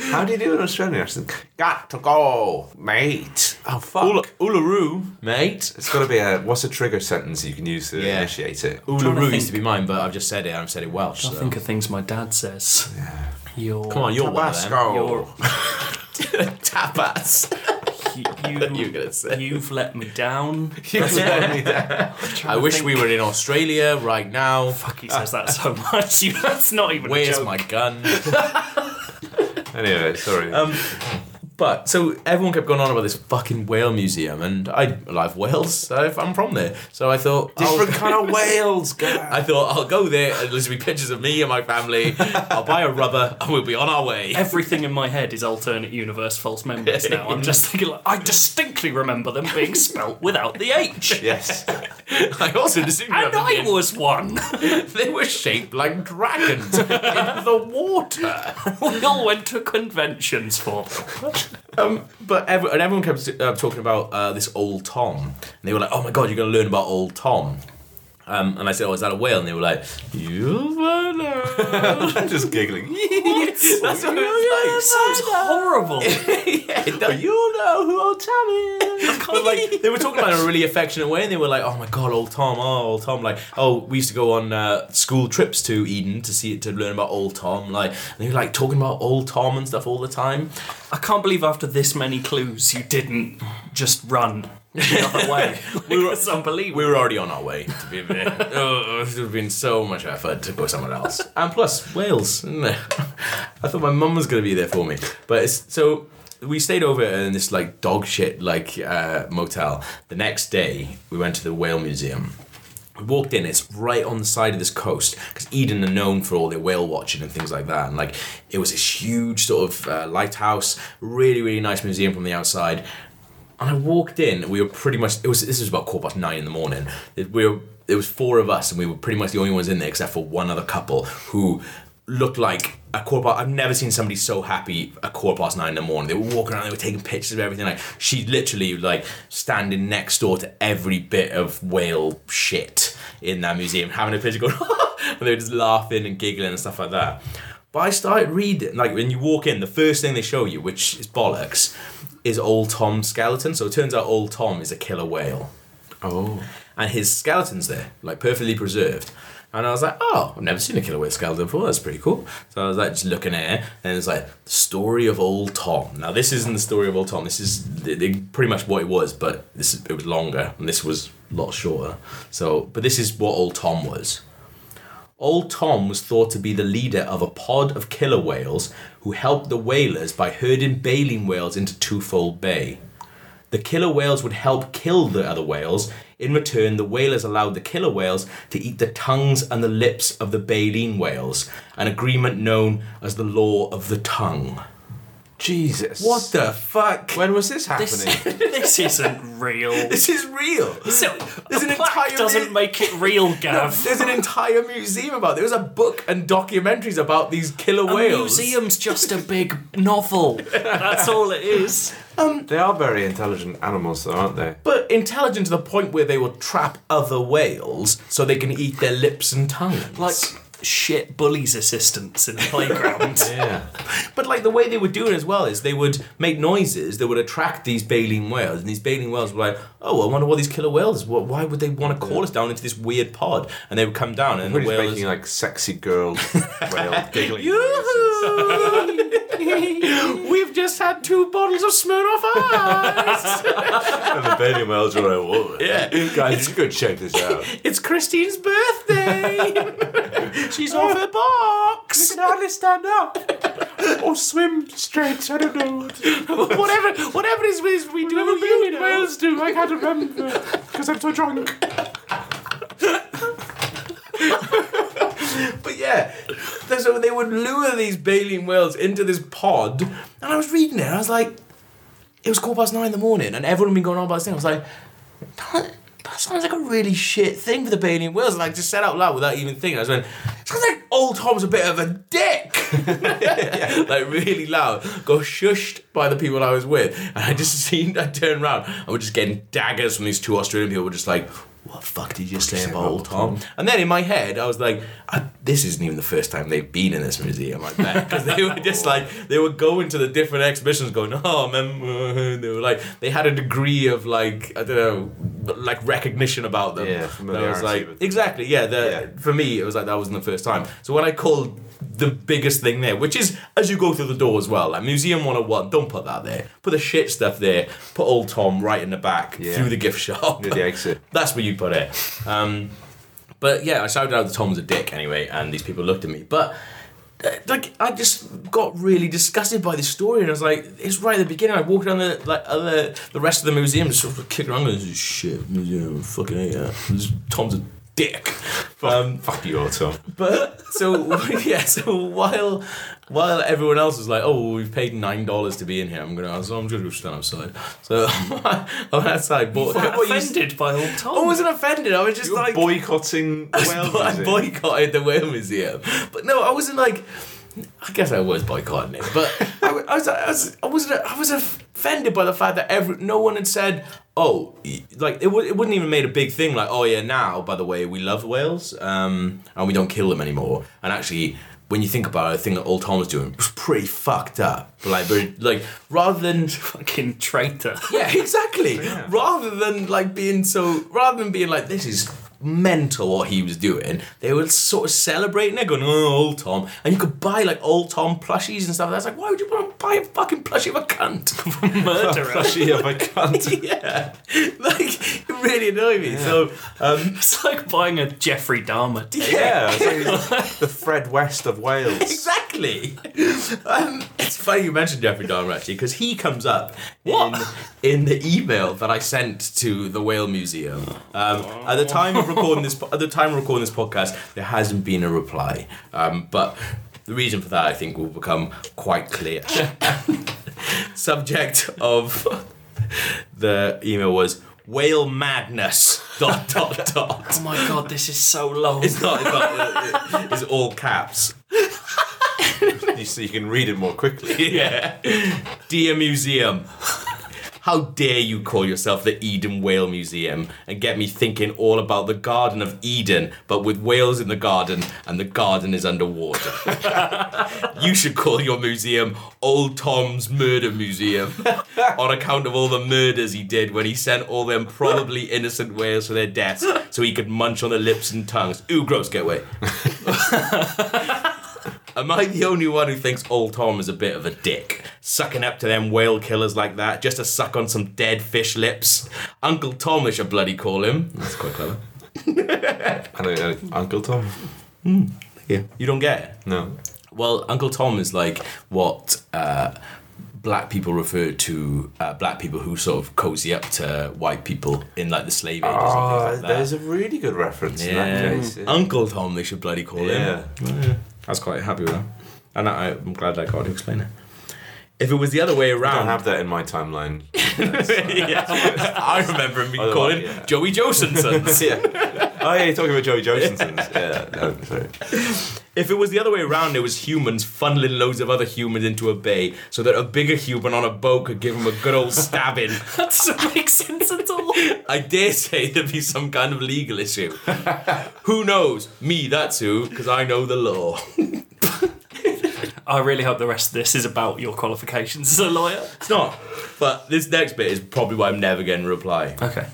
G: How do you do an Australian accent? Got to go, mate.
E: Oh fuck. Ula- Uluru, mate.
A: It's got to be a what's a trigger sentence you can use to
E: Yeah.
A: initiate it.
C: trying to
E: Uluru
C: think.
E: used to be mine, but I've just said it. and I've said it Welsh.
C: I
E: so.
C: think of things my dad says. You're,
E: Come on, you're one of
G: Tabasco.
E: them.
C: You're,
E: (laughs) Tapas.
C: you,
E: (laughs) You were gonna say.
C: have let me
E: (laughs)
C: down.
E: I wish we were in Australia right now.
C: Fuck, he says that so much. (laughs) You, that's not even a
E: Where's
C: joke.
E: my gun? (laughs)
A: Anyway, sorry. (laughs)
E: But so everyone kept going on about this fucking whale museum, and I love whales. So if I'm from there, so I thought I'll-
G: Different
E: (laughs)
G: kind of whales, guys.
E: I thought I'll go there and there'll be pictures of me and
G: (laughs)
E: my family. I'll buy a rubber and we'll be on our way.
C: Everything in my head is alternate universe false
E: (laughs)
C: memories now. I'm just thinking, like, I distinctly remember them being spelt without the
E: (laughs)
C: H.
A: yes.
E: I also just didn't
C: And I
E: remember
C: was
E: (laughs)
C: one.
E: they were shaped
G: (laughs)
E: like dragons in the water.
C: we all went to conventions for them.
E: But every, and everyone kept uh, talking about uh, this old Tom, and they were like, "Oh my god, you're going to learn about old Tom." Um, and I said, "Oh, is that a whale?" And they were like, "You know."
A: (laughs) I'm just giggling.
E: (laughs) That's what it was like. (laughs)
C: horrible.
E: You'll know who old Tom (laughs) is. but like they were talking about it in a really affectionate way, and they were like, "Oh my god, old Tom, oh old Tom." Like, oh, we used to go on uh, school trips to Eden to see to learn about old Tom. Like, and they were like talking about old Tom and stuff all the time.
C: I can't believe after this many clues you didn't just run the (laughs) other way. we were, it's unbelievable.
E: We were already on our way. To be (laughs) fair. oh, it would have been so much effort to go somewhere else. (laughs) And plus, (laughs) Wales. isn't it? I thought my mum was gonna be there for me, but it's, so we stayed over in this like dog shit like uh, motel. The next day, we went to the whale museum. We walked in, it's right on the side of this coast because Eden are known for all their whale watching and things like that. And like, it was this huge sort of uh, lighthouse, really, really nice museum from the outside. And I walked in, we were pretty much, it was, this was about quarter past nine in the morning. It- We were, it was four of us, and we were pretty much the only ones in there except for one other couple who looked like a quarter past, I've never seen somebody so happy a quarter past nine in the morning. They were walking around, they were taking pictures of everything. Like, she literally, like, standing next door to every bit of whale shit in that museum, having a picture going, (laughs) and they were just laughing and giggling and stuff like that. But I started reading, like when you walk in, the first thing they show you, which is bollocks, is old Tom's skeleton. So it turns out old Tom is a killer whale. Oh. And his skeleton's there, like perfectly preserved. And I was like, oh, I've never seen a killer whale skeleton before. That's pretty cool. So I was like, just looking at it, and it's like, story of old Tom. Now this isn't the story of old Tom. This is the, the- pretty much what it was, but this is, it was longer, and this was a lot shorter. So, but this is what old Tom was. Old Tom was thought to be the leader of a pod of killer whales who helped the whalers by herding baleen whales into Twofold Bay. The killer whales would help kill the other whales. In return, the whalers allowed the killer whales to eat the tongues and the lips of the baleen whales, an agreement known as the Law of the Tongue.
A: Jesus.
E: What the fuck?
A: When was this happening?
C: This, this isn't (laughs) real.
E: This is real.
C: So,
E: There's
C: a
E: an
C: plaque
E: entire
C: doesn't
E: mu-
C: make it (laughs) real, Gav.
E: There's an entire museum about. There was a book and documentaries about these killer
C: a
E: whales.
C: museum's just a big novel. (laughs) That's all it is.
A: They are very intelligent animals, though, aren't they?
E: But intelligent to the point where they will trap other whales so they can eat their lips and tongues.
C: Like shit bullies assistants in the playground.
A: Yeah.
E: (laughs) but like the way they would do it as well is they would make noises that would attract these baleen whales, and these baleen whales were like, "Oh, I wonder what these killer whales. What, why would they want to call us down into this weird pod?" And they would come down, and the
A: Everybody's
E: whales.
A: making
E: (laughs)
A: like sexy girl (laughs) whale giggling.
E: Yoo-hoo! (laughs) We've just had two bottles of
C: (laughs)
E: Smirnoff Ice.
A: and the baby whales are like, whoa.
E: Yeah.
A: Guys, you could check this out.
E: it's Christine's (laughs) birthday. She's off her box.
A: hardly stand up or (laughs) swim straight. I don't know.
E: whatever, whatever it is we do, you know.
A: do. I can't remember because I'm so drunk.
E: But yeah, there's- so they would lure these baleen whales into this pod, and I was reading it, and I was like, it was quarter past nine in the morning, and everyone had been going on about this thing. I was like, that, that sounds like a really shit thing for the baleen whales. And I just said out loud without even thinking. I was like, sounds like old Tom's a bit of a dick. (laughs) like really loud. Got shushed by the people I was with. And I just (laughs) seemed, I turned around and we're just getting daggers from these two Australian people, just like, what the fuck did you just say about old Tom? And then in my head, I was like, I, this isn't even the first time they've been in this museum like that. Because they were
A: (laughs)
E: just like, they were going to the different exhibitions going, oh, remember? They were like, they had a degree of like, I don't know, like recognition about them.
A: Yeah,
E: That was
A: familiarity
E: like,
A: with-
E: Exactly, yeah, the, For me, it was like that wasn't the first time. So when I called the biggest thing there, which is as you go through the door as well, like Museum 101, don't put that there. Put the shit stuff there. Put Old Tom right in the back
A: Yeah.
E: through the gift shop. (laughs)
A: Near the exit.
E: That's where you put it. Um, but yeah, I shouted out that Tom was a dick anyway, and these people looked at me. But uh, like, I just got really disgusted by this story, and I was like, it's right at the beginning. I walked down the like other the rest of the museum, just sort of kicking around, going, shit, museum, fucking hate that. This- Tom's a dick. Um,
A: Fuck you, old Tom.
E: but so (laughs) yeah, so while while everyone else was like, "Oh, well, we've paid nine dollars to be in here," I'm gonna, so I'm just gonna stand outside. So (laughs) I went outside, bought. what you-
C: offended by old Tom.
E: I wasn't offended. I was just
A: You're
E: like
A: boycotting the
E: (laughs)
A: whale
E: but I
A: music.
E: boycotted the Whale Museum. But no, I wasn't like. I guess I was boycotting it, but I, wa- I was, I was, I wasn't, I was offended by the fact that every no one had said, oh, y- like it, w- it wouldn't even made a big thing like, oh yeah, now by the way, we love whales, um, and we don't kill them anymore. And actually, when you think about it, the thing that Old Tom was doing was pretty fucked up. Like, but like rather than
C: fucking traitor. (laughs)
A: (laughs)
E: yeah, exactly. Rather than like being so, rather than being like, this is mental what he was doing, they were sort of celebrating it, going, oh, old Tom. And you could buy like old Tom plushies and stuff. That's like, why would you want to buy a fucking plushie of a cunt?
C: (laughs) Murderer.
A: (laughs) Plushie of a cunt.
E: (laughs) yeah. Like, it really annoyed me. So, um,
C: It's like buying a Jeffrey Dahmer.
A: Yeah, it's (laughs) like the Fred West of Wales.
E: Exactly. (laughs) Um, it's funny you mentioned Jeffrey Dahmer actually, because he comes up
C: What?
E: in in the email that I sent to the Whale Museum. Um, at the time of recording this, po- at the time of recording this podcast, there hasn't been a reply. Um, but the reason for that, I think, will become quite clear. (laughs) Subject of (laughs) the email was whale madness. Dot dot dot.
C: Oh my god, this is so long.
E: It's not. It's, not, uh, it's all caps.
A: so you can read it more quickly.
E: yeah. Dear Museum, how dare you call yourself the Eden Whale Museum and get me thinking all about the Garden of Eden, but with whales in the garden and the garden is underwater. you should call your museum Old Tom's Murder (laughs) Museum on account of all the murders he did when he sent all them probably innocent whales to their deaths so he could munch on their lips and tongues. Ooh, gross, get (laughs) away. Am I the only one who thinks old Tom is a bit of a dick? Sucking up to them whale killers like that just to suck on some dead fish lips? Uncle Tom, they should bloody call him. That's quite clever.
A: And, uh, Uncle Tom.
E: Yeah. You don't get it?
A: No.
E: Well, Uncle Tom is like what uh, black people refer to uh, black people who sort of cozy up to white people in like the slave ages
A: Oh,
E: and things like that.
A: there's a really good reference
E: Yeah.
A: in that case. Yeah.
E: Uncle Tom, they should bloody call
A: Yeah.
E: him. Oh, Yeah. I was quite happy with that. And I, I'm glad I got to explain it. If it was the other way
A: I
E: around,
A: don't have that in my timeline.
E: yeah. (laughs) I remember him
A: Otherwise,
E: calling
A: yeah.
E: Joey
A: (laughs)
E: Josensons.
A: yeah. Oh, yeah, you're talking about Joey Johnson's. Yeah, no, sorry.
E: if it was the other way around, it was humans funneling loads of other humans into a bay so that a bigger human on a boat could give him a good old stabbing.
C: That doesn't make sense at (laughs) all.
E: I dare say (laughs) there'd be some kind of legal issue. who knows? Me, that's who, because I know the law.
C: I really hope the rest of this is about your qualifications as a lawyer.
E: It's not. But this next bit is probably why I'm never getting a reply.
C: Okay.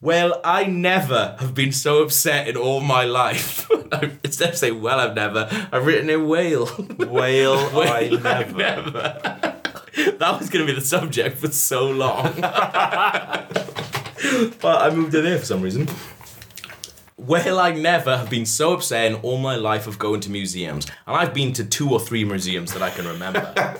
E: Well, I never have been so upset in all my life. (laughs) Instead of saying, well, I've never, I've written in whale. (laughs)
A: Whale, I never.
E: That was going to be the subject for so long. (laughs) but I moved it there for some reason. Well, I never have been so upset in all my life of going to museums, and I've been to two or three museums that I can remember.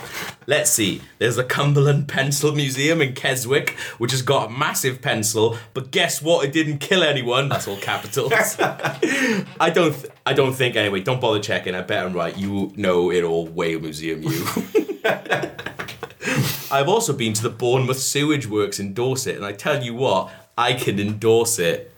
E: Let's see, there's the Cumberland Pencil Museum in Keswick, which has got a massive pencil, but guess what? It didn't kill anyone. That's
A: (laughs)
E: all capitals. I don't, th- I don't think anyway. Don't bother checking. I bet I'm right. You know it all, Whale Museum.
A: (laughs)
E: You. I've also been to the Bournemouth Sewage Works in Dorset, and I tell you what, I can endorse it.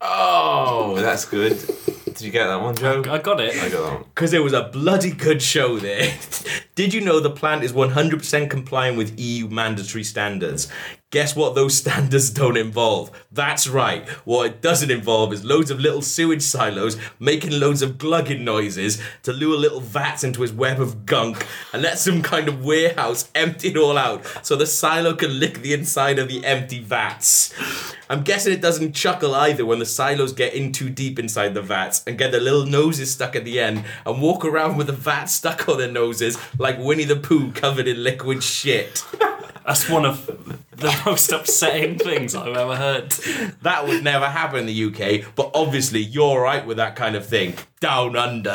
A: Oh, that's good. Did Did you get that one, Joe?
C: I got it.
A: I got that one.
E: Because it was a bloody good show there. (laughs) Did you know the plant is 100% compliant with EU mandatory standards? Guess what those (laughs) standards don't involve? That's right. What it doesn't involve is loads of little sewage silos making loads of glugging noises to lure little vats into his web of gunk and let some kind of warehouse empty it all out so the silo can lick the inside of the empty vats. I'm guessing it doesn't chuckle either when the silos get in too deep inside the vats and get their little noses stuck at the end and walk around with a vat stuck on their noses like Winnie the Pooh covered in liquid shit.
C: That's one of the most upsetting things I've ever heard.
E: That would never happen in the UK, but obviously you're right with that kind of thing. Down under. (laughs)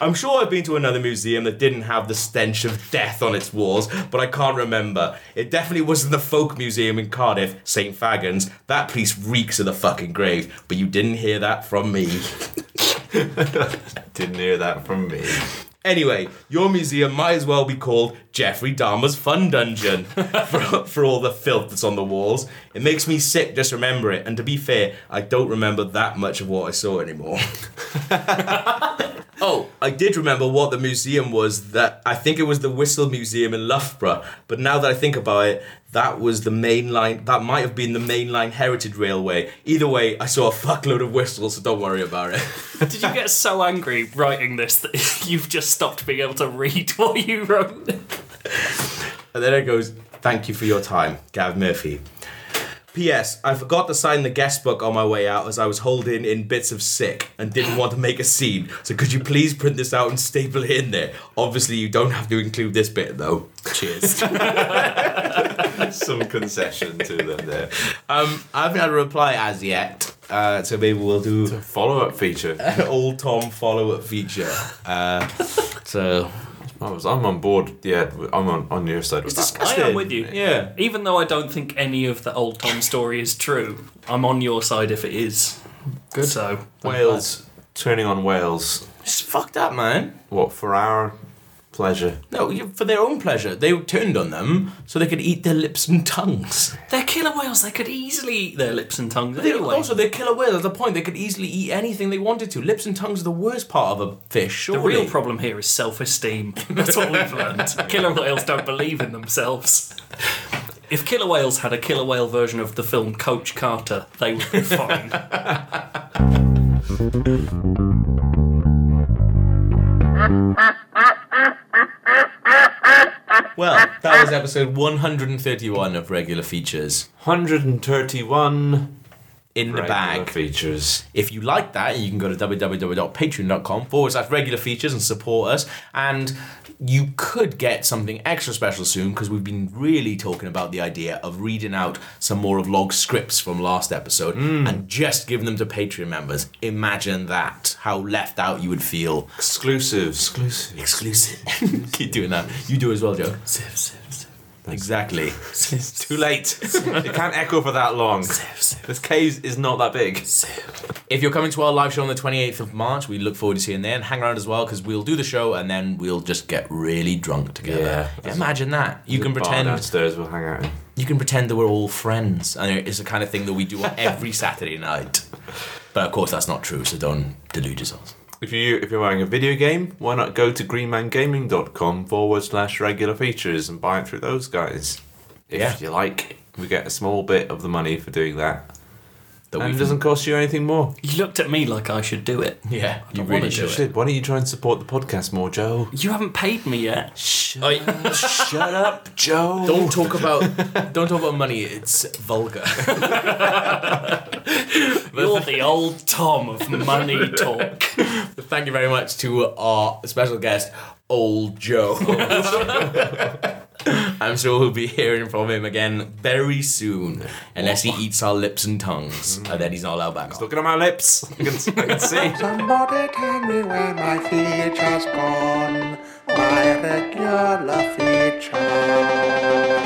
E: I'm sure I've been to another museum that didn't have the stench of death on its walls, but I can't remember. It definitely wasn't the Folk Museum in Cardiff, St. Fagans. That place reeks of the fucking grave, but you didn't hear that from (laughs) me.
A: Didn't hear that from me.
E: Anyway, your museum might as well be called Jeffrey Dahmer's Fun Dungeon for, for all the filth that's on the walls. It makes me sick just remember it, and to be fair, I don't remember that much of what I saw anymore. (laughs) oh, I did remember what the museum was that I think it was the Whistle Museum in Loughborough, but now that I think about it, that was the main line, that might have been the main line heritage railway. Either way, I saw a fuckload of whistles, so don't worry about it.
C: Did you get so angry writing this that (laughs) you've just stopped being able to read (laughs) what you wrote?
E: And then it goes, Thank you for your time, Gav Murphy. P.S. I forgot to sign the guest book on my way out as I was holding in bits of sick and didn't want to make a scene. So could you please print this out and staple it in there? Obviously, you don't have to include this bit though. Cheers.
A: Some concession to them there.
E: (laughs) um, I haven't had a reply as yet, uh, so maybe we'll do
A: Follow up feature.
E: (laughs) an old Tom follow-up feature. Uh, so
A: I was, I'm on board. Yeah, I'm on, on your side with that.
C: I am with you.
E: yeah,
C: Even though I don't think any of the old Tom story is true, I'm on your side if it is. Good. So
A: Wales, turning on Wales.
E: it's fucked up, man.
A: What, for our pleasure?
E: No, you- for their own pleasure, they turned on them so they could eat their lips and tongues.
C: they're killer whales. They could easily eat their lips and tongues
E: They,
C: anyway.
E: Also, they're killer whales. At the point, they could easily eat anything they wanted to. Lips and tongues are the worst part of a fish.
C: the
E: Surely.
C: real problem here is self-esteem. That's what we've learned.
E: (laughs)
C: Killer whales don't believe in themselves. If killer whales had a killer whale version of the film Coach Carter, they would be
E: (laughs)
C: fine.
E: Well, that was episode 131 of regular features
A: 131
E: in the
A: regular
E: bag.
A: features.
E: If you like that, you can go to www.patreon.com forward slash regular features and support us. And you could get something extra special soon because we've been really talking about the idea of reading out some more of log scripts from last episode
A: Hmm.
E: and just giving them to Patreon members. Imagine that, how left out you would feel.
A: Exclusive. Exclusive.
E: Exclusive. (laughs) Keep doing that. You do as well, Joe.
C: Ziv, ziv,
E: Exactly.
C: ziv,
A: Too late. it can't echo for that long.
C: ziv,
A: This cave is not that big.
C: ziv.
E: If you're coming to our live show on the 28th of March, we look forward to seeing you there and hang around as well because we'll do the show and then we'll just get really drunk together.
A: Yeah.
E: Imagine that. You can
A: Bar
E: pretend
A: downstairs. We'll hang out.
E: you can pretend that we're all friends. And it's the kind of thing that we do on every (laughs) Saturday night. But of course that's not true, so don't delude yourselves.
A: If you if you're wearing a video game, why not go to greenmangaming.com forward slash regular features and buy it through those guys. If
E: Yeah.
A: you like, we get a small bit of the money for doing that,
E: That
A: and it
E: we've-
A: doesn't cost you anything more.
C: You looked at me like I should do it.
E: Yeah, you
C: don't
E: really
C: wanna do
E: should.
A: Shit, why don't you try and support the podcast more, Joe?
C: You haven't paid me
E: (laughs)
C: yet.
E: Oi,
A: Shut up, Joe.
E: don't talk about don't talk about money. It's vulgar.
C: You're the old Tom of money talk.
E: Thank you very much to our special guest, Old Joe. I'm sure we'll be hearing from him again very soon, unless he eats our lips and tongues, and then he's not allowed back. on.
A: Look at my lips. I can, I can see.
B: Somebody tell me where my features gone. My regular features.